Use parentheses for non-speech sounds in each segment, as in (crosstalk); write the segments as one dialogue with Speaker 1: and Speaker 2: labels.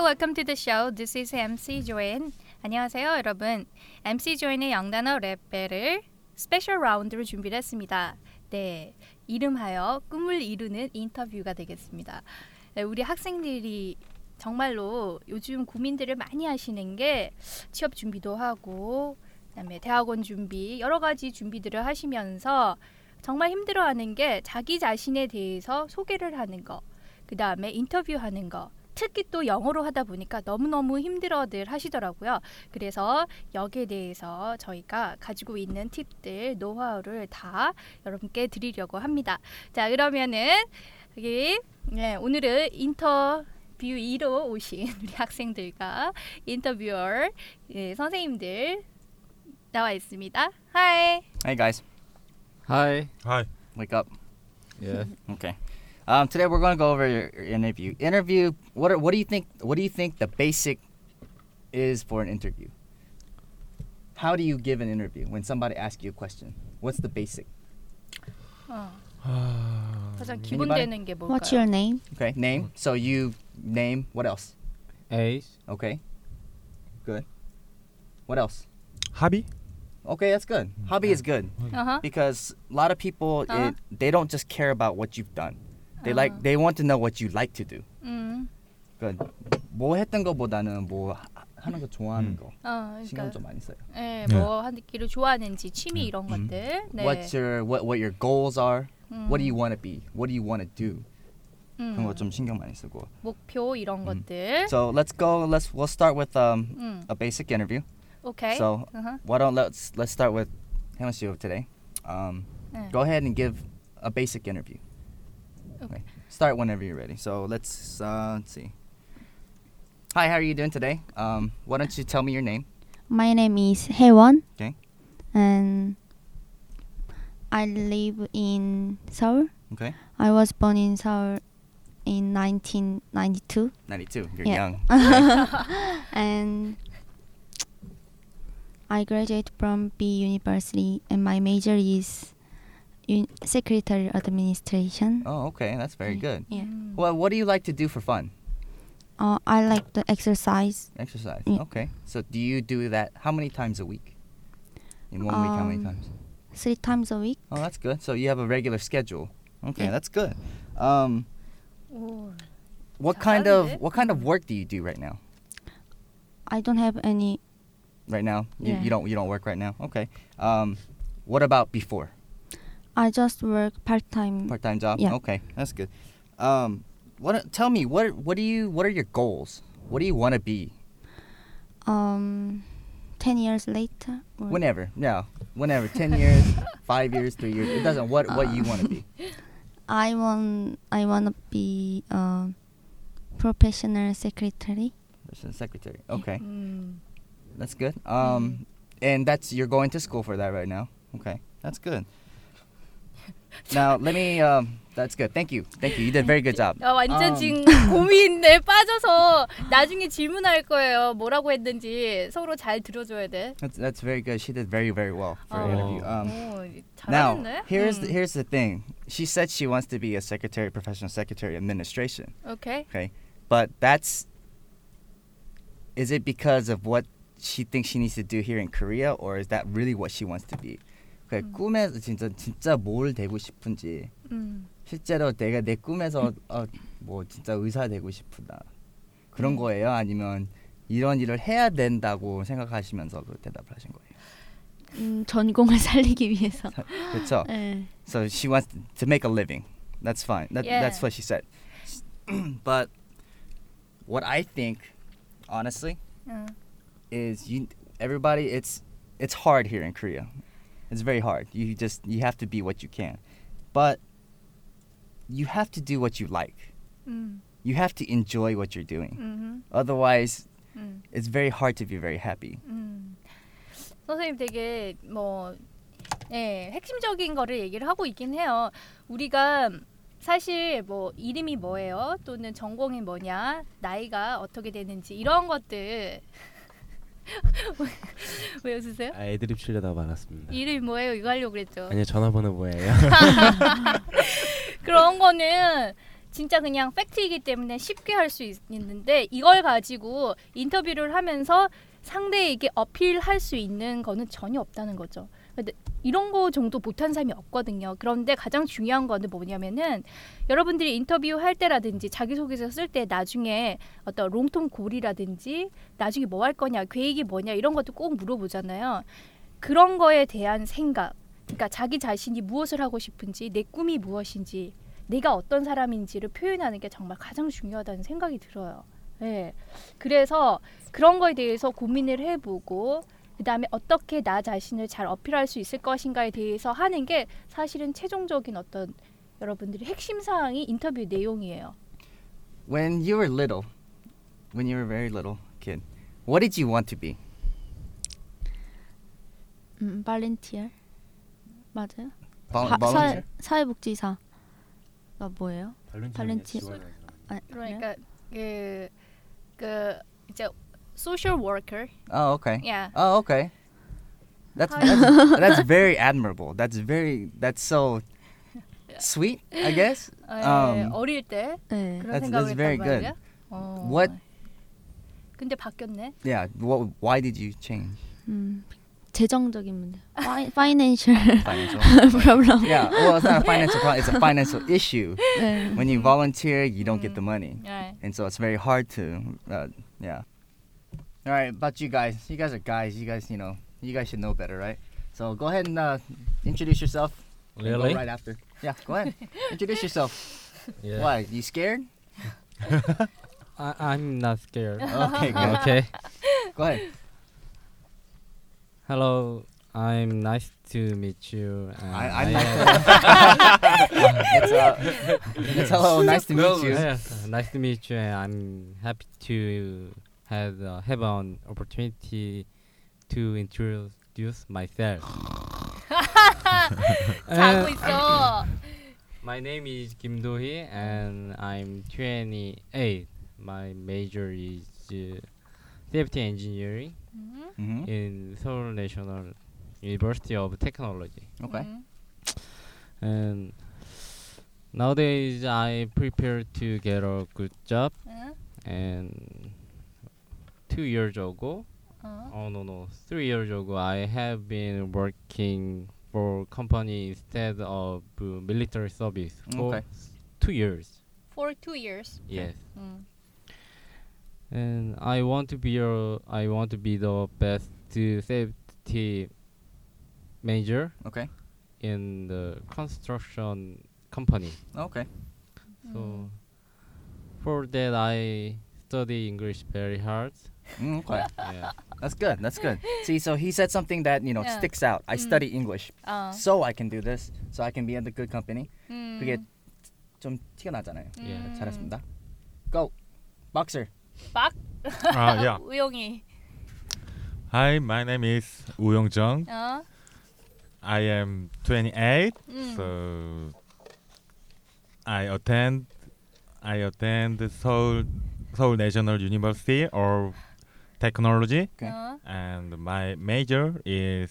Speaker 1: welcome to the show. This is MC Joanne. 안녕하세요, 여러분. MC Joanne의 영단어 랩벨을 스페셜 라운드로 준비를 했습니다. 네, 이름하여 꿈을 이루는 인터뷰가 되겠습니다. 네, 우리 학생들이 정말로 요즘 고민들을 많이 하시는 게 취업 준비도 하고 그다음에 대학원 준비 여러 가지 준비들을 하시면서 정말 힘들어하는 게 자기 자신에 대해서 소개를 하는 거, 그 다음에 인터뷰하는 거. 특히 또 영어로 하다 보니까 너무너무 힘들어들 하시더라고요. 그래서 여기에 대해서 저희가 가지고 있는 팁들, 노하우를 다 여러분께 드리려고 합니다. 자, 그러면은 여기 네, 오늘은 인터뷰 2로 오신 (laughs) 우리 학생들과 인터뷰어 예, 선생님들 나와 있습니다. 하이.
Speaker 2: Hey guys,
Speaker 3: Hi.
Speaker 4: Hi.
Speaker 2: wake up.
Speaker 3: Yeah.
Speaker 2: Okay. Um, today we're going to go over your your interview. Interview. What are, What do you think? What do you think the basic is for an interview? How do you give an interview when somebody asks you a question? What's the basic?
Speaker 1: 어,
Speaker 4: 아,
Speaker 1: 가장
Speaker 2: 미니바이?
Speaker 1: 기본 되는 게 뭘까요?
Speaker 5: What's your name?
Speaker 2: Okay, name. So you name. What else?
Speaker 3: Age.
Speaker 2: Okay. Good. What else?
Speaker 4: 합의?
Speaker 2: Okay, that's good. Hobby is good
Speaker 1: 어허.
Speaker 2: because a lot of people
Speaker 1: Uh-huh.
Speaker 2: it, they don't just care about what you've done. They
Speaker 1: Uh-huh.
Speaker 2: like they want to know what you like to do.
Speaker 1: 음.
Speaker 2: 그러니까 뭐 했던 거보다는 뭐 하- 하는 거 좋아하는
Speaker 4: 음.
Speaker 2: 거
Speaker 1: 어, 그러니까
Speaker 2: 신경 좀 많이 써요.
Speaker 1: 예,
Speaker 4: 네.
Speaker 1: 뭐 하기를 좋아하는지 취미 이런
Speaker 2: 음.
Speaker 1: 것들. 네.
Speaker 2: What's your what what your goals are?
Speaker 1: 음,
Speaker 2: What do you want to be? What do you want to do?
Speaker 1: 음,
Speaker 2: 그런 거 좀 신경 많이 쓰고.
Speaker 1: 목표 이런
Speaker 2: 음.
Speaker 1: 것들.
Speaker 2: So let's go. Let's we'll start with um
Speaker 1: 음. Uh-huh.
Speaker 2: a basic interview.
Speaker 1: 오케이.
Speaker 2: So (laughs)
Speaker 1: 어허.
Speaker 2: why don't let's let's start with Helen Seo today. Um,
Speaker 1: 네.
Speaker 2: go ahead and give a basic interview.
Speaker 1: Okay.
Speaker 2: Start whenever you're ready. So let's uh, let's see. Hi, how are you doing today? Um, why don't you tell me your name?
Speaker 5: My name is Haewon.
Speaker 2: Okay.
Speaker 5: And I live in Seoul.
Speaker 2: Okay.
Speaker 5: I was born in Seoul in 1992.
Speaker 2: 92. You're
Speaker 5: Yeah.
Speaker 2: young.
Speaker 1: (laughs)
Speaker 5: and I graduate from B University, and my major is un- Secretary Administration.
Speaker 2: Oh, okay. That's
Speaker 1: Mm.
Speaker 2: very good.
Speaker 5: Yeah.
Speaker 1: 음.
Speaker 2: Well, what do you like to do for fun?
Speaker 5: Uh, I like the exercise
Speaker 2: Exercise.
Speaker 5: Yeah.
Speaker 2: Okay. So do you do that how many times a week? In one week, how many
Speaker 5: Um,
Speaker 2: times?
Speaker 5: three times a week.
Speaker 2: Oh, that's good. So you have a regular schedule. Okay,
Speaker 5: Yeah.
Speaker 2: that's good. Um,
Speaker 1: 오.
Speaker 2: what kind of
Speaker 1: Sounds
Speaker 2: what kind of work do you do right now?
Speaker 5: I don't have any.
Speaker 2: Right now, you,
Speaker 5: Yeah.
Speaker 2: you don't you don't work right now. Okay. Um, what about before
Speaker 5: I just work part time.
Speaker 2: part time job?
Speaker 5: Yeah.
Speaker 2: Okay, that's good. Um, what? Tell me what what do you what are your goals? What do you want to be?
Speaker 5: Um, ten years later. or-
Speaker 2: Whenever, no, whenever. Ten
Speaker 5: (laughs)
Speaker 2: years, five years, three years. It doesn't. What what you want to be?
Speaker 5: I want I want to be a professional secretary.
Speaker 2: Assistant secretary. Okay.
Speaker 1: 음.
Speaker 2: That's good. Um, and that's you're going to school for that right now. Okay,
Speaker 1: (laughs)
Speaker 2: that's good. now let me. Um, that's good. Thank you. Thank you. You did a very good job. Um,
Speaker 1: 야, 아, 완전
Speaker 2: 음.
Speaker 1: 지금 고민에 (laughs) 빠져서 나중에 질문할 거예요. 뭐라고 했는지 서로 잘 들어줘야 돼.
Speaker 2: That's that's very good. She did very very well for
Speaker 1: Oh.
Speaker 2: an interview. Um,
Speaker 1: 오, Oh, 잘하는데?
Speaker 2: now here's
Speaker 1: 음.
Speaker 2: the, here's the thing. She said she wants to be a secretary, professional secretary, administration.
Speaker 1: 오케이.
Speaker 2: Okay, but that's. Is it because of what she thinks she needs to do here in Korea, or is that really what she wants to be? 그래,
Speaker 1: 음.
Speaker 2: 꿈에서 진짜 진짜 뭘 되고 싶은지
Speaker 1: 음.
Speaker 2: 실제로 내가 내 꿈에서 어, 뭐 진짜 의사 되고 싶다 그런 거예요? 아니면 이런 일을 해야 된다고 생각하시면서 그 대답을 하신 거예요?
Speaker 6: 음, 전공을 (laughs) 살리기 위해서.
Speaker 2: 그렇죠?
Speaker 6: 네.
Speaker 2: So she wants to make a living. That's fine. That,
Speaker 1: Yeah.
Speaker 2: That's what she said. (clears throat) but what I think, honestly,
Speaker 1: 음.
Speaker 2: is you everybody it's it's hard here in Korea. It's very hard. You just you have to be what you can. But you have to do what you like.
Speaker 1: 음.
Speaker 2: You have to enjoy what you're doing.
Speaker 1: 음.
Speaker 2: Otherwise,
Speaker 1: 음.
Speaker 2: it's very hard to be very happy.
Speaker 1: 음. 선생님 되게 뭐 예, 핵심적인 거를 얘기를 하고 있긴 해요. 우리가 사실 뭐 이름이 뭐예요? 또는 전공이 뭐냐? 나이가 어떻게 되는지 이런 것들 (laughs) 왜 웃으세요?
Speaker 3: 아, 애드립 치려다 말았습니다.
Speaker 1: 이름이 뭐예요? (laughs) 이거 하려고 그랬죠. (laughs)
Speaker 3: 아니요 전화번호 뭐예요?
Speaker 1: 그런 거는 진짜 그냥 팩트이기 때문에 쉽게 할 수 있는데 이걸 가지고 인터뷰를 하면서 상대에게 어필할 수 있는 거는 전혀 없다는 거죠. 근데 이런 거 정도 못한 사람이 없거든요. 그런데 가장 중요한 거는 뭐냐면은 여러분들이 인터뷰할 때라든지 자기소개서 쓸 때 나중에 어떤 롱통 고리라든지 나중에 뭐 할 거냐, 계획이 뭐냐 이런 것도 꼭 물어보잖아요. 그런 거에 대한 생각, 그러니까 자기 자신이 무엇을 하고 싶은지, 내 꿈이 무엇인지, 내가 어떤 사람인지를 표현하는 게 정말 가장 중요하다는 생각이 들어요. 예. 그래서 그런 거에 대해서 고민을 해보고 그다음에 어떻게 나 자신을 잘 어필할 수 있을 것인가에 대해서 하는 게 사실은 최종적인 어떤 여러분들이 핵심 사항이 인터뷰 내용이에요.
Speaker 2: When you were little, when you were very little kid, what did you want to be?
Speaker 6: 음, 발렌티얼 맞아요?
Speaker 2: Vol-
Speaker 6: 사-
Speaker 2: 어, volunteer?
Speaker 6: 사회, 사회복지사가 뭐예요?
Speaker 4: 음,
Speaker 6: 발렌티어. 아,
Speaker 1: 그러니까 그, 그 이제 social worker.
Speaker 2: Oh, okay.
Speaker 1: Yeah.
Speaker 2: Oh, okay. That's
Speaker 1: Hi.
Speaker 2: that's, that's
Speaker 1: (laughs)
Speaker 2: very admirable. That's very that's so sweet, I guess.
Speaker 1: 예,
Speaker 2: Um,
Speaker 1: 어릴 때
Speaker 6: 네.
Speaker 1: 그런
Speaker 2: That's-
Speaker 1: 생각을
Speaker 2: that's
Speaker 1: 했단
Speaker 2: very good.
Speaker 1: 말이야. 어.
Speaker 2: What-
Speaker 1: 근데 바뀌었네.
Speaker 2: Yeah. What? Why did you change
Speaker 6: 음, 재정적인 문제. 파이, 파이낸셜
Speaker 2: financial?
Speaker 6: 프로블럼.
Speaker 2: yeah. Well, it's not a financial problem. It's a financial issue.
Speaker 6: 네.
Speaker 2: When you volunteer, you don't get the money,
Speaker 1: 예.
Speaker 2: and so it's very hard to. Uh, yeah. All right. About you guys. You guys are guys. You guys, you know, you guys should know better, right? So go ahead and uh, introduce yourself. and go
Speaker 3: Really?
Speaker 2: right after. Yeah. Go ahead. introduce yourself.
Speaker 3: Yeah.
Speaker 2: Why? You scared?
Speaker 3: I, I'm not
Speaker 2: (laughs)
Speaker 3: scared.
Speaker 2: Okay. Good.
Speaker 3: (laughs) okay.
Speaker 2: Go ahead.
Speaker 3: Hello. I'm nice to meet you. and
Speaker 2: I, I'm
Speaker 3: I
Speaker 2: not.
Speaker 3: am-
Speaker 2: (laughs)
Speaker 3: (laughs)
Speaker 2: it's, uh, it's hello, nice to meet you.
Speaker 3: Yes, nice to meet you. and I'm happy to have uh, have an opportunity to introduce
Speaker 2: (laughs)
Speaker 3: myself.
Speaker 2: 아,
Speaker 1: 자고
Speaker 3: Uh,
Speaker 1: 있어.
Speaker 3: my name is Kim Do-hee and I'm 28. My major is uh, safety engineering
Speaker 1: 음,
Speaker 2: hmm
Speaker 3: in Seoul National University of Technology.
Speaker 2: Okay.
Speaker 1: 음.
Speaker 3: And nowadays I prepare to get a good job
Speaker 1: 응?
Speaker 3: and two years ago
Speaker 1: 어.
Speaker 3: oh no no three years ago i have been working for company instead of uh, military service for
Speaker 2: Okay.
Speaker 3: s- two years
Speaker 1: For two years. Mm.
Speaker 3: yes
Speaker 1: 음.
Speaker 3: and i want to be a i want to be the best uh, safety manager
Speaker 2: Okay.
Speaker 3: in the construction company
Speaker 2: Okay.
Speaker 7: 음.
Speaker 3: so for that i study english very hard
Speaker 2: Mm, okay.
Speaker 1: (laughs)
Speaker 3: yeah
Speaker 2: That's good. That's good. See, so he said something that you know
Speaker 1: Yeah.
Speaker 2: sticks out. I
Speaker 1: Mm. Oh.
Speaker 2: study English,
Speaker 1: 어.
Speaker 2: so I can do this. So I can be in the good company.
Speaker 1: 음.
Speaker 2: 그게 좀 티가 나잖아요.
Speaker 3: 예,
Speaker 1: Mm. 음.
Speaker 2: 잘했습니다. Go, boxer.
Speaker 1: 박
Speaker 4: Ah, yeah.
Speaker 1: (laughs) 우영이.
Speaker 4: Hi, my name is Woo Young Jung.
Speaker 1: 어?
Speaker 4: I am 28.
Speaker 1: Mm.
Speaker 4: So I attend I attend Seoul Seoul National University of Technology,
Speaker 2: Okay.
Speaker 1: 어?
Speaker 4: and my major is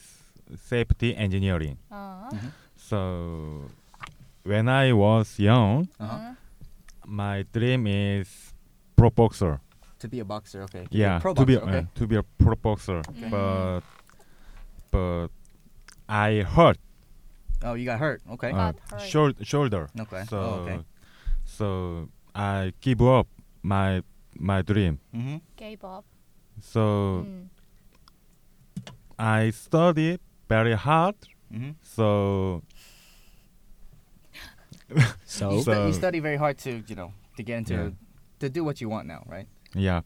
Speaker 4: safety engineering.
Speaker 1: 어?
Speaker 4: So when I was young,
Speaker 2: Uh-huh.
Speaker 4: my dream is pro boxer.
Speaker 2: To be a boxer. Okay. To be a
Speaker 4: yeah,
Speaker 2: Pro
Speaker 4: to be
Speaker 2: boxer. okay.
Speaker 4: uh, to be a pro boxer,
Speaker 1: Okay.
Speaker 4: but but I hurt
Speaker 2: Oh, you got hurt. Okay.
Speaker 4: uh,
Speaker 1: Got hurt.
Speaker 4: shoul- shoulder.
Speaker 2: okay.
Speaker 4: So
Speaker 2: oh, okay.
Speaker 4: so I give up my my dream.
Speaker 2: Mm-hmm.
Speaker 1: gave up.
Speaker 4: So
Speaker 1: 음.
Speaker 4: I study very hard.
Speaker 2: Mm-hmm.
Speaker 4: So
Speaker 2: You,
Speaker 3: so
Speaker 2: stu- you
Speaker 4: So-
Speaker 2: study very hard to you know to get into
Speaker 4: Yeah.
Speaker 2: to do what you want now, right?
Speaker 4: yeah,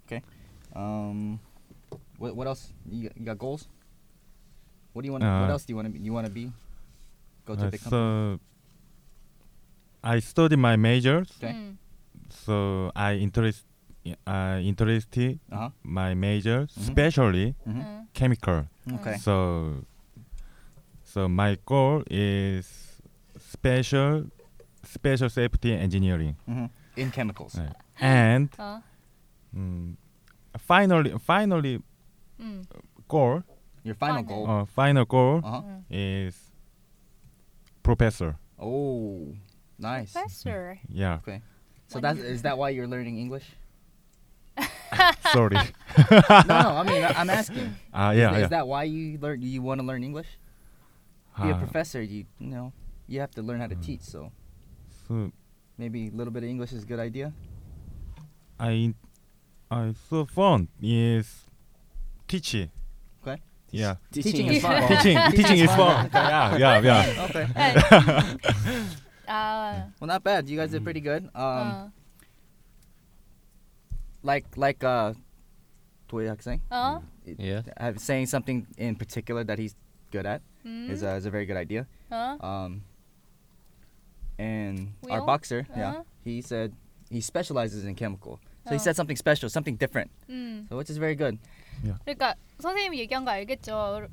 Speaker 2: Um, what what else? You got, you got goals? What do you want? to what
Speaker 4: Uh,
Speaker 2: else do you want to be? You want to be? Go to
Speaker 4: uh,
Speaker 2: the company.
Speaker 4: so I study my majors.
Speaker 2: Okay.
Speaker 1: 음.
Speaker 4: So I interest I interested
Speaker 2: Uh huh.
Speaker 4: my major,
Speaker 2: Mhm.
Speaker 4: especially
Speaker 2: Mm-hmm.
Speaker 1: 응.
Speaker 4: chemical.
Speaker 2: Okay.
Speaker 4: So so my goal is special special safety engineering
Speaker 2: Mm-hmm. In chemicals.
Speaker 4: Yeah. and
Speaker 1: 어?
Speaker 4: mm, finally finally
Speaker 1: 음.
Speaker 4: goal
Speaker 2: Your final
Speaker 1: Final.
Speaker 2: goal.
Speaker 4: uh, final goal
Speaker 2: Uh huh.
Speaker 1: 음.
Speaker 4: is professor.
Speaker 2: Oh, nice.
Speaker 1: Professor.
Speaker 4: Yeah.
Speaker 2: Okay. So that is that why you're learning
Speaker 4: (laughs)
Speaker 2: English? (laughs)
Speaker 4: Sorry.
Speaker 2: no, no. I mean, I- I'm asking.
Speaker 4: 아, (laughs) yeah,
Speaker 2: is,
Speaker 4: yeah.
Speaker 2: is that why you learn? You want to learn English? Be a
Speaker 4: 아,
Speaker 2: professor. You, you know, you have to learn
Speaker 4: Hmm.
Speaker 2: how to teach. So
Speaker 4: so
Speaker 2: maybe a little bit of English is a good idea.
Speaker 4: I, I so fun is teaching.
Speaker 2: Okay.
Speaker 4: Yeah.
Speaker 2: Teaching is (laughs) fun.
Speaker 4: (laughs) teaching, teaching is fun.
Speaker 2: Okay.
Speaker 4: yeah, yeah, yeah.
Speaker 2: Okay. (laughs)
Speaker 1: 아,
Speaker 2: Well, not bad. You guys
Speaker 4: Hmm.
Speaker 2: did pretty good.
Speaker 1: 어,
Speaker 2: Um, like like uh, Toya Hakuseng,
Speaker 1: 어,
Speaker 3: Yeah.
Speaker 2: uh, saying something in particular that he's good at
Speaker 1: 음,
Speaker 2: is uh, is a very good idea.
Speaker 1: 어,
Speaker 2: Um, and our
Speaker 1: Will?
Speaker 2: boxer,
Speaker 1: Uh-huh.
Speaker 2: yeah, he said he specializes in chemical. So
Speaker 1: Oh.
Speaker 2: he said something special, something different.
Speaker 1: 음.
Speaker 2: So which is very good.
Speaker 1: 그러니까 선생님이 얘기한 거 알겠죠.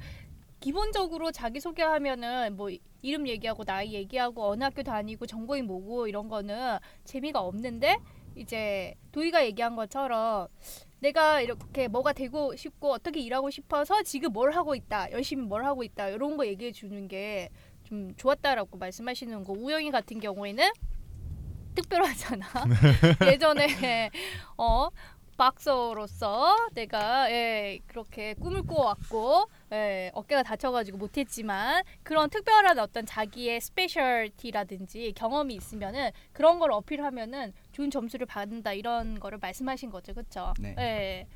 Speaker 1: 기본적으로 자기 소개하면은 뭐 이름 얘기하고 나이 얘기하고 어느 학교 다니고 전공이 뭐고 이런 거는 재미가 없는데 이제 도희가 얘기한 것처럼 내가 이렇게 뭐가 되고 싶고 어떻게 일하고 싶어서 지금 뭘 하고 있다 열심히 뭘 하고 있다 이런 거 얘기해 주는 게 좀 좋았다라고 말씀하시는 거 우영이 같은 경우에는 특별하잖아 예전에 어 박서로서 내가 예, 그렇게 꿈을 꾸어왔고 예, 어깨가 다쳐가지고 못했지만 그런 특별한 어떤 자기의 스페셜티라든지 경험이 있으면은 그런 걸 어필하면은 좋은 점수를 받는다 이런 거를 말씀하신 거죠, 그렇죠?
Speaker 2: 네.
Speaker 1: 예.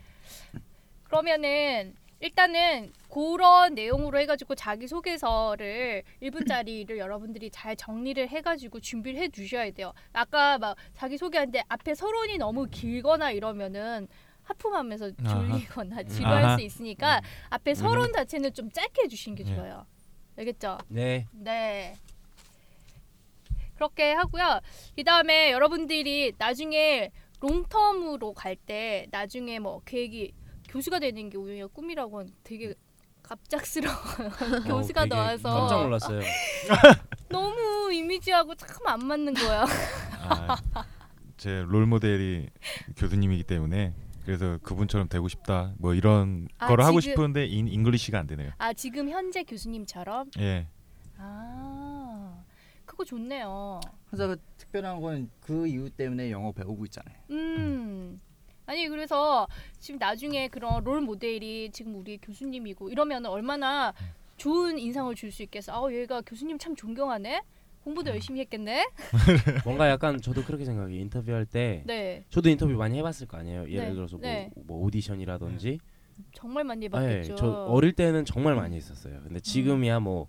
Speaker 1: 그러면은 일단은 그런 내용으로 해가지고 자기 소개서를 1분짜리를 여러분들이 잘 정리를 해가지고 준비를 해 두셔야 돼요. 아까 막 자기 소개하는데 앞에 서론이 너무 길거나 이러면은 하품하면서
Speaker 4: 아하. 음.
Speaker 1: 졸리거나 지루할
Speaker 4: 아하. 음.
Speaker 1: 수 있으니까 앞에 서론 자체는 좀 짧게 해주시는 게
Speaker 4: 예.
Speaker 1: 좋아요. 알겠죠?
Speaker 7: 네.
Speaker 1: 네. 그렇게 하고요. 그 다음에 여러분들이 나중에 롱텀으로 갈 때 나중에 뭐 계획이 교수가 되는 게 우영이가 꿈이라고 하는데 되게
Speaker 7: (laughs)
Speaker 1: 갑작스러워요. (laughs) 교수가
Speaker 7: 어, 되게
Speaker 1: 나와서
Speaker 7: 깜짝 놀랐어요.
Speaker 1: 너무 이미지하고 참 안 맞는 거야.
Speaker 4: 아, 제 롤모델이 교수님이기 때문에 그래서 그분처럼 되고 싶다. 뭐 이런
Speaker 1: 아,
Speaker 4: 거를 하고
Speaker 1: 지금-
Speaker 4: 싶은데 인 잉글리시가 안 되네요.
Speaker 1: 아 지금 현재 교수님처럼
Speaker 4: 예.
Speaker 1: 아 그거 좋네요.
Speaker 2: 그래서 그 특별한 건 그 이유 때문에 영어 배우고 있잖아요.
Speaker 1: 음. 아니 그래서 지금 나중에 그런 롤 모델이 지금 우리 교수님이고 이러면 얼마나 좋은 인상을 줄 수 있겠어. 아, 얘가 교수님 참 존경하네. 공부도 열심히 했겠네.
Speaker 7: 뭔가 약간 저도 그렇게 생각해요. 인터뷰할 때
Speaker 1: 네,
Speaker 7: 저도 인터뷰 많이 해봤을 거 아니에요. 예를
Speaker 1: 네,
Speaker 7: 들어서 뭐,
Speaker 1: 네.
Speaker 7: 뭐 오디션이라든지.
Speaker 1: 정말 많이
Speaker 7: 아, 예,
Speaker 1: 봤겠죠. 음.
Speaker 7: 저 어릴 때는 정말 많이 했었어요. 근데 지금이야 뭐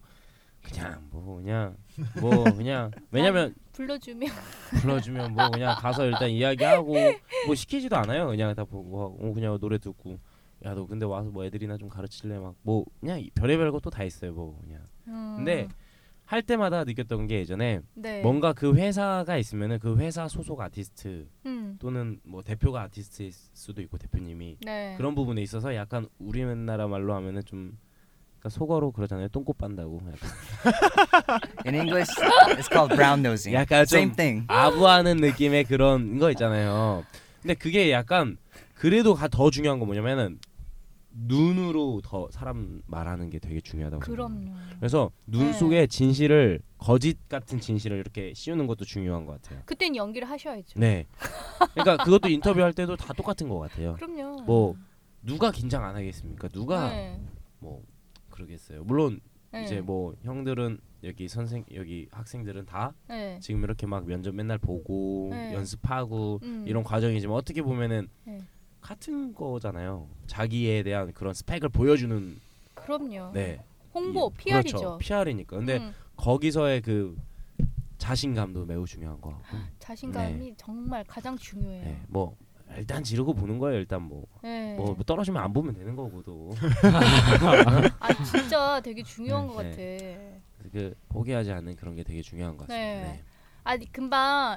Speaker 7: 그냥 뭐 그냥
Speaker 1: (laughs)
Speaker 7: 뭐 그냥 왜냐면
Speaker 1: 불러주면
Speaker 7: 불러주면 뭐 그냥 가서 일단 이야기하고 뭐 시키지도 않아요. 그냥 다 보고 하고 어, 그냥 노래 듣고 야 너 근데 와서 뭐 애들이나 좀 가르칠래 막 뭐 그냥 별의별 것도 다 있어요. 뭐 그냥
Speaker 1: 음,
Speaker 7: 근데 할 때마다 느꼈던 게 예전에
Speaker 1: 네.
Speaker 7: 네. 뭔가 그 회사가 있으면은 그 회사 소속 아티스트
Speaker 1: 음.
Speaker 7: 또는 뭐 대표가 아티스트일 수도 있고 대표님이
Speaker 1: 네.
Speaker 7: 그런 부분에 있어서 약간 우리나라 말로 하면은 좀 그러니까 속어로 그러잖아요. 똥꼬 빤다고 약간,
Speaker 2: In English, it's called brown nosing.
Speaker 7: 약간 좀
Speaker 2: Same thing.
Speaker 7: 아부하는 느낌의 그런 거 있잖아요. 근데 그게 약간 그래도 가- 더 중요한 거 뭐냐면은 눈으로 더 사람 말하는 게 되게 중요하다고. 생각해요.
Speaker 1: 그럼요.
Speaker 7: 그래서 눈
Speaker 1: 네.
Speaker 7: 속에 진실을 거짓 같은 진실을 이렇게 씌우는 것도 중요한 것 같아요.
Speaker 1: 그땐 연기를 하셔야죠.
Speaker 7: 네. 그러니까 그것도 인터뷰할 때도 다 똑같은 것 같아요.
Speaker 1: 그럼요.
Speaker 7: 뭐 누가 긴장 안 하겠습니까? 누가
Speaker 1: 네.
Speaker 7: 뭐 그러겠어요. 물론
Speaker 1: 네.
Speaker 7: 이제 뭐 형들은 여기 선생 여기 학생들은 다
Speaker 1: 네.
Speaker 7: 지금 이렇게 막 면접 맨날 보고
Speaker 1: 네.
Speaker 7: 연습하고
Speaker 1: 음.
Speaker 7: 이런 과정이지만 어떻게 보면은
Speaker 1: 네.
Speaker 7: 같은 거잖아요. 자기에 대한 그런 스펙을 보여주는
Speaker 1: 그럼요.
Speaker 7: 네
Speaker 1: 어, 홍보
Speaker 7: 이-
Speaker 1: PR이죠.
Speaker 7: 그렇죠. PR이니까. 근데
Speaker 1: 음.
Speaker 7: 거기서의 그 자신감도 매우 중요한 거.
Speaker 1: 아,
Speaker 7: 같고.
Speaker 1: 자신감이 정말 가장 중요해요.
Speaker 7: 네. 뭐 일단 지르고 보는 거예요. 일단 뭐 뭐
Speaker 1: 네.
Speaker 7: 떨어지면 안 보면 되는 거고 또.
Speaker 1: 아 진짜 되게 중요한
Speaker 7: 네,
Speaker 1: 것 같아.
Speaker 7: 그 포기하지 않는 그런 게 되게 중요한 것 같습니다.
Speaker 1: 네.
Speaker 7: 네.
Speaker 1: 아니 금방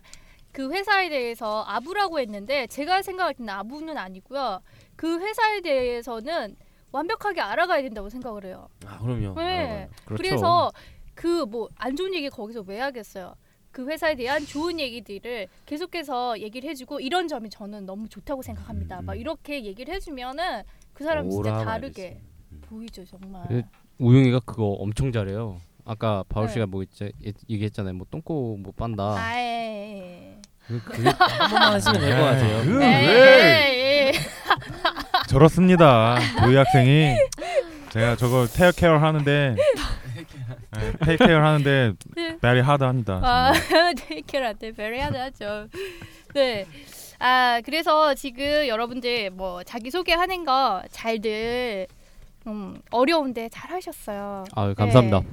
Speaker 1: 그 회사에 대해서 아부라고 했는데 제가 생각할 때는 아부는 아니고요. 그 회사에 대해서는 완벽하게 알아가야 된다고 생각을 해요.
Speaker 7: 아 그럼요.
Speaker 1: 네.
Speaker 7: 알아봐요. 그렇죠.
Speaker 1: 그래서 그 뭐 안 좋은 얘기 거기서 왜 하겠어요? 그 회사에 대한 좋은 얘기들을 계속해서 얘기를 해주고 이런 점이 저는 너무 좋다고 생각합니다.
Speaker 7: 음.
Speaker 1: 막 이렇게 얘기를 해주면은 그 사람 진짜
Speaker 7: 오라
Speaker 1: 다르게
Speaker 7: 말했습니다. 음. 예.
Speaker 1: 보이죠 정말.
Speaker 3: 그- 우영이가 그거 엄청 잘해요. 아까 바울
Speaker 1: 네.
Speaker 3: 뭐 씨가 뭐 있지, 얘기했잖아요. 뭐 똥꼬 못 빤다.
Speaker 1: 아예.
Speaker 7: 그, 그게 한 번만 했으면 될 것 같아요.
Speaker 4: 그-
Speaker 1: 네,
Speaker 4: 네.
Speaker 1: 네, 네.
Speaker 4: 저렇습니다. 도희 학생이 제가 저거 테어 케어 하는데 테이 케어 하는데 very hard 합니다.
Speaker 1: 아,
Speaker 4: 정말.
Speaker 1: (laughs) 데이케라테 베리하다죠. 네. 아, 그래서 지금 여러분들 뭐 자기 소개하는 거 잘들 음, 어려운데 잘 하셨어요.
Speaker 3: 아 감사합니다.
Speaker 1: 네.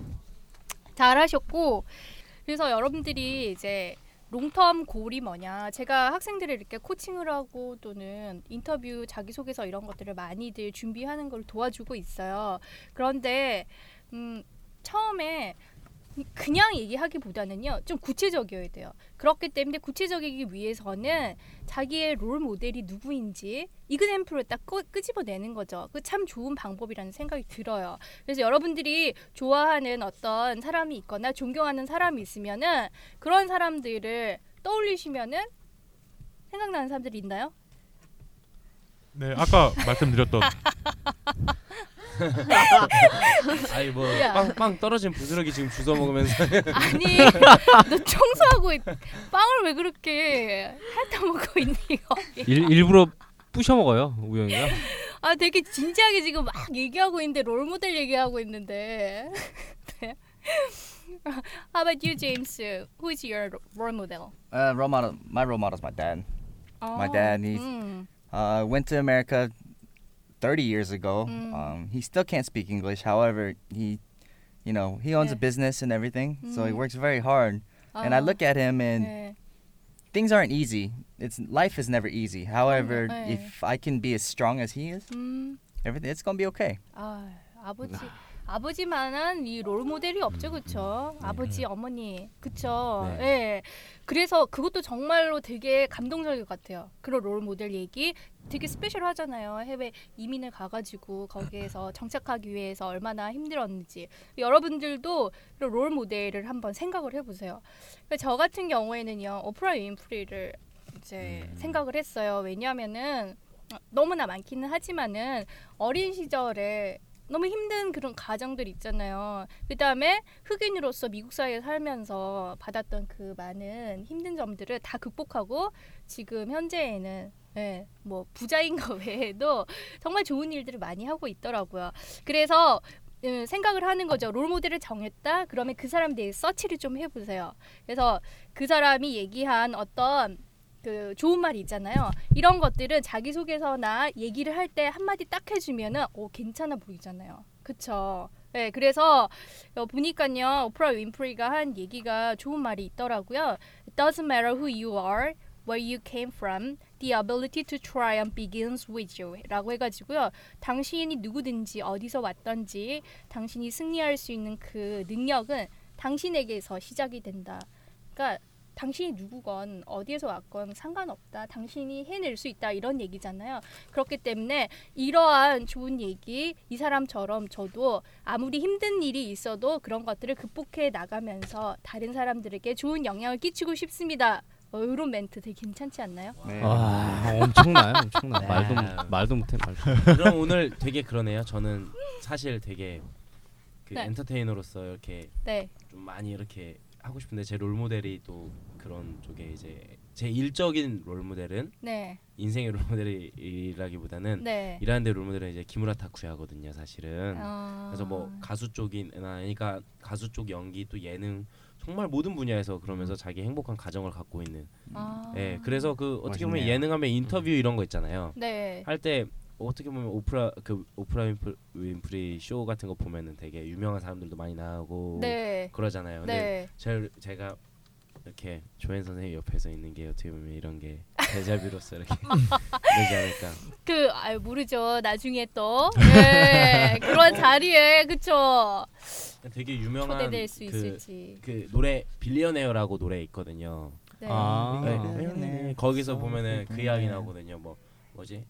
Speaker 1: 잘 하셨고 그래서 여러분들이 이제 롱텀 골이 뭐냐 제가 학생들을 이렇게 코칭을 하고 또는 인터뷰 자기소개서 이런 것들을 많이들 준비하는 걸 도와주고 있어요 그런데 음, 처음에 그냥 얘기하기보다는요 좀 구체적이어야 돼요 그렇기 때문에 구체적이기 위해서는 자기의 롤 모델이 누구인지 이그샘플을 딱 끄, 끄집어내는 거죠 그 참 좋은 방법이라는 생각이 들어요 그래서 여러분들이 좋아하는 어떤 사람이 있거나 존경하는 사람이 있으면은 그런 사람들을 떠올리시면은 생각나는 사람들이 있나요?
Speaker 4: 네 아까 말씀드렸던
Speaker 7: 아니 뭐
Speaker 1: 야.
Speaker 7: 빵빵 떨어진 부스러기 지금 주워 먹으면서
Speaker 1: 아니 너 청소하고 있- 빵을 왜 그렇게 핥아 먹고 있니 어, 이거?
Speaker 3: (laughs) 일, 일부러 부셔 먹어요 우영이가.
Speaker 7: 네.
Speaker 1: 아 되게 진지하게 지금 막 얘기하고 있는데 롤 모델 얘기하고 있는데. (laughs) 네. How about you, James? Who is your role model?
Speaker 2: Uh, role model. My role model is my dad. My
Speaker 1: 어,
Speaker 2: dad, he's-
Speaker 1: 음.
Speaker 2: Uh, went to America 30 years ago.
Speaker 1: Mm.
Speaker 2: Um, he still can't speak English. However, he, you know, he owns a
Speaker 1: Yeah.
Speaker 2: business and everything, so
Speaker 1: Mm.
Speaker 2: he
Speaker 1: Uh-huh.
Speaker 2: works very hard. And I
Speaker 1: 어,
Speaker 2: look at him, and
Speaker 1: 네.
Speaker 2: things aren't easy. It's life is never easy. However,
Speaker 1: yeah.
Speaker 2: if I can be as strong as he is,
Speaker 1: 음.
Speaker 2: everything it's gonna be okay.
Speaker 1: 아, 아버지 아버지만한 이 롤 모델이 없죠, 그렇죠? 아버지, 어머니, 그렇죠? 예. 그래서 그것도 정말로 되게 감동적일 것 같아요. 그런 롤 모델 얘기 되게 스페셜하잖아요. 해외 이민을 가가지고 거기에서 정착하기 위해서 얼마나 힘들었는지 여러분들도 그런 롤 모델을 한번 생각을 해보세요. 그러니까 저 같은 경우에는요, 오프라 윈프리를 이제 생각을 했어요. 왜냐하면은 너무나 많기는 하지만은 어린 시절에 너무 힘든 그런 가정들 있잖아요. 그 다음에 흑인으로서 미국 사회에 살면서 받았던 그 많은 힘든 점들을 다 극복하고 지금 현재에는 예, 뭐 부자인 거 외에도 정말 좋은 일들을 많이 하고 있더라고요. 그래서 음, 생각을 하는 거죠. 롤 모델을 정했다. 그러면 그 사람에 대해 서치를 좀 해보세요. 그래서 그 사람이 얘기한 어떤 그 좋은 말이 있잖아요. 이런 것들은 자기소개서나 얘기를 할 때 한마디 딱 해주면은 오 괜찮아 보이잖아요. 그쵸? 네, 그래서 어, 보니까요 오프라 윈프리가 한 얘기가 좋은 말이 있더라고요. It doesn't matter who you are, where you came from, the ability to triumph begins with you.라고 해가지고요. 당신이 누구든지 어디서 왔던지 당신이 승리할 수 있는 그 능력은 당신에게서 시작이 된다. 그러니까 당신이 누구건 어디에서 왔건 상관없다. 당신이 해낼 수 있다. 이런 얘기잖아요. 그렇기 때문에 이러한 좋은 얘기, 이 사람처럼 저도 아무리 힘든 일이 있어도 그런 것들을 극복해 나가면서 다른 사람들에게 좋은 영향을 끼치고 싶습니다. 어, 이런 멘트 되게 괜찮지 않나요?
Speaker 3: 와 아, 엄청나요 엄청나.
Speaker 2: 네.
Speaker 3: 말도 못- 말도 못해 말도. 못해.
Speaker 7: 그럼 오늘 되게 그러네요. 저는 사실 되게 그
Speaker 1: 네.
Speaker 7: 엔터테이너로서 이렇게
Speaker 1: 네.
Speaker 7: 좀 많이 이렇게 하고 싶은데 제 롤모델이 또 그런 쪽에 이제 제 일적인 롤모델은
Speaker 1: 네.
Speaker 7: 인생의 롤모델이라기보다는
Speaker 1: 네.
Speaker 7: 일하는 데 롤모델은 이제 기무라 타쿠야거든요, 사실은.
Speaker 1: 어...
Speaker 7: 그래서 뭐 가수 쪽이나 그러니까 가수 쪽 연기 또 예능 정말 모든 분야에서 그러면서 자기 행복한 가정을 갖고 있는.
Speaker 1: 음. 아...
Speaker 7: 예. 그래서 그 어떻게 보면
Speaker 2: 멋있네요. 음.
Speaker 7: 예능하면 인터뷰 이런 거 있잖아요.
Speaker 1: 네.
Speaker 7: 할 때 어떻게 보면 오프라 그 오프라 윈프, 윈프리 쇼 같은 거 보면은 되게 유명한 사람들도 많이 나오고
Speaker 1: 네.
Speaker 7: 뭐 그러잖아요. 근데
Speaker 1: 네.
Speaker 7: 제, 제가 이렇게 조연 선생님 옆에서 있는 게 어떻게 보면 이런 게 대자비로서
Speaker 1: (laughs)
Speaker 7: 이렇게 되지 않을까.
Speaker 1: 그 아유 모르죠. 나중에
Speaker 7: (laughs)
Speaker 1: 또 네. 그런 자리에 그쵸.
Speaker 7: 되게 유명한
Speaker 1: 초대될 수
Speaker 7: 그,
Speaker 1: 있을지.
Speaker 7: 그 노래 빌리어네어라고 노래 있거든요.
Speaker 1: 네.
Speaker 3: 아.
Speaker 7: 네, 빌리어네어. 거기서 보면은 그 이야기 나오거든요. 뭐 뭐지?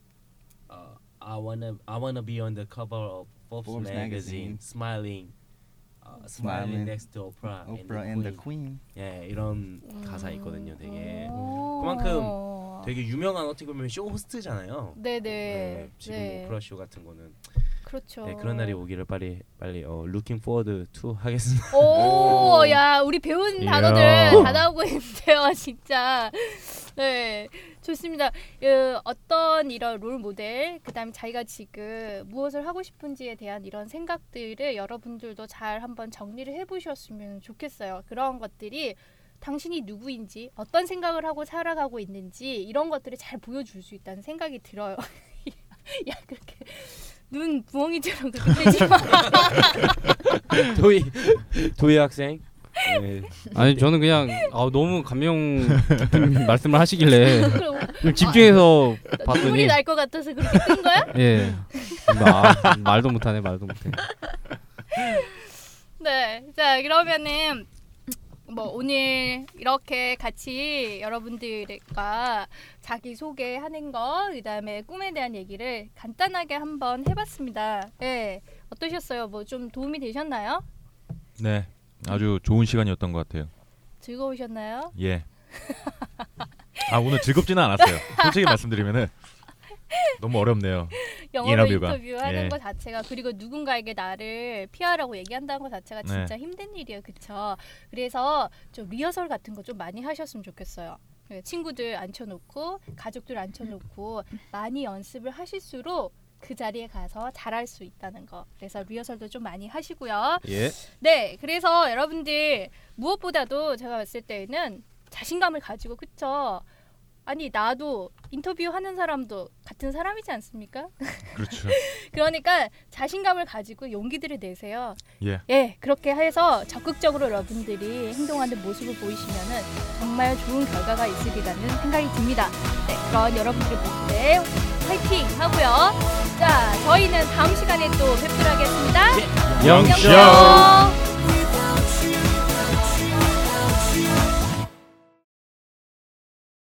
Speaker 7: 어, I wanna I wanna be on the cover of Forbes,
Speaker 2: Forbes magazine.
Speaker 7: magazine, smiling,
Speaker 2: Smiling.
Speaker 7: uh, smiling next to Oprah,
Speaker 2: Oprah
Speaker 7: and
Speaker 2: and the Queen.
Speaker 7: 예 이런 가사 있거든요. 되게
Speaker 1: 음. 오.
Speaker 7: 그만큼 되게 유명한 어떻게 보면 쇼 호스트잖아요.
Speaker 1: 네네.
Speaker 7: 네,
Speaker 1: 네,
Speaker 7: 지금 오프라 쇼 같은 거는
Speaker 1: 그렇죠.
Speaker 7: 네, 그런 날이 오기를 빨리 빨리 어 looking forward to 하겠습니다. (laughs)
Speaker 1: 오, 야, 우리 배운 (laughs)
Speaker 3: 이야.
Speaker 1: 단어들 다 나오고 있는데요, 진짜. 네, 좋습니다. 어, 어떤 이런 롤 모델, 그다음에 자기가 지금 무엇을 하고 싶은지에 대한 이런 생각들을 여러분들도 잘 한번 정리를 해보셨으면 좋겠어요. 그런 것들이 당신이 누구인지, 어떤 생각을 하고 살아가고 있는지 이런 것들을 잘 보여줄 수 있다는 생각이 들어요. (laughs) 야 그렇게 눈 부엉이처럼 그렇게
Speaker 3: (laughs)
Speaker 1: 되지 마.
Speaker 7: 도희 도희 학생. 네. (laughs)
Speaker 3: 아니 저는 그냥 아, 너무 감명 깊은 말씀을 하시길래
Speaker 1: 그럼
Speaker 3: 좀 집중해서
Speaker 1: 눈물이
Speaker 3: 봤더니
Speaker 1: 날 것 같아서 그렇게 뜬 거야?
Speaker 3: 예 아, 말도 못하네 말도 못해
Speaker 1: 네. 자, 그러면은 뭐 오늘 이렇게 같이 여러분들과 자기 소개하는 거, 그다음에 꿈에 대한 얘기를 간단하게 한번 해봤습니다. 네. 어떠셨어요? 뭐 좀 도움이 되셨나요?
Speaker 4: 네, 아주 좋은 시간이었던 것 같아요.
Speaker 1: 즐거우셨나요?
Speaker 4: 예. 아 오늘 즐겁지는 않았어요. 솔직히 말씀드리면은 너무 어렵네요.
Speaker 1: 영어로
Speaker 4: 인터뷰가.
Speaker 1: 인터뷰하는
Speaker 4: 예.
Speaker 1: 것 자체가 그리고 누군가에게 나를 피하라고 얘기한다는 것 자체가
Speaker 4: 네.
Speaker 1: 진짜 힘든 일이에요, 그쵸? 그래서 좀 리허설 같은 거 좀 많이 하셨으면 좋겠어요. 네, 친구들 앉혀놓고 가족들 앉혀놓고 많이 연습을 하실수록 그 자리에 가서 잘할 수 있다는 거. 그래서 리허설도 좀 많이 하시고요.
Speaker 3: 예
Speaker 1: 네, 그래서 여러분들 무엇보다도 제가 봤을 때는 자신감을 가지고 그쵸? 아니 나도 인터뷰하는 사람도 같은 사람이지 않습니까?
Speaker 4: 그렇죠.
Speaker 1: 그러니까 자신감을 가지고 용기들을 내세요.
Speaker 4: 예.
Speaker 1: 예, 그렇게 해서 적극적으로 여러분들이 행동하는 모습을 보이시면은 정말 좋은 결과가 있으리라는 생각이 듭니다. 네, 그런 여러분들을 볼때 화이팅 하고요. 자, 저희는 다음 시간에 또 뵙도록 하겠습니다.
Speaker 4: 영쇼.
Speaker 1: 예, 안녕.